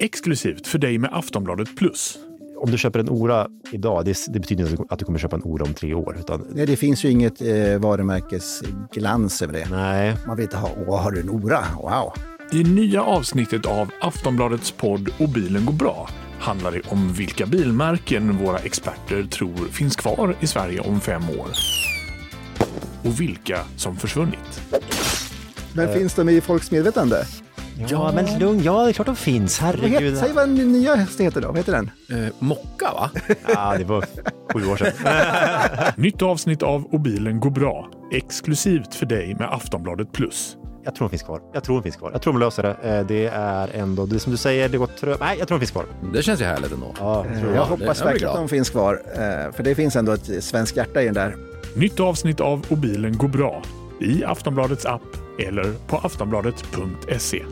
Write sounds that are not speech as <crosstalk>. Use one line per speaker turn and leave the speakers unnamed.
Exklusivt för dig med Aftonbladet Plus.
Om du köper en Ora idag, det, det betyder inte att du kommer köpa en Ora om tre år. Utan,
Nej, det finns ju inget eh, varumärkesglans över det.
nej,
Man vill inte ha, åh, har du en Ora? Wow!
I nya avsnittet av Aftonbladets podd Och bilen går bra handlar det om vilka bilmärken våra experter tror finns kvar i Sverige om fem år. Och vilka som försvunnit.
Men finns de i folks medvetande?
Ja, men lugn. Ja, det är klart de finns.
Vad heter,
Herregud.
säg vad den nya hästen heter då, vad heter den?
Eh, mocka,
<laughs>
va?
Ja, det var sju år sedan.
Nytt avsnitt av Och bilen går bra. Exklusivt för dig med Aftonbladet Plus.
Jag tror de finns kvar. Jag tror de finns kvar. Jag tror de löser det. Eh, Det är ändå, det är som du säger, det går trögt. Nej, jag tror de finns kvar.
Det känns ju härligt ändå.
Ja, jag tror
Jag
det.
hoppas
jag blir
verkligen att
glad.
de finns kvar, eh, för det finns ändå ett svenskt hjärta i den där.
Nytt avsnitt av Och bilen går bra i Aftonbladets app eller på aftonbladet.se.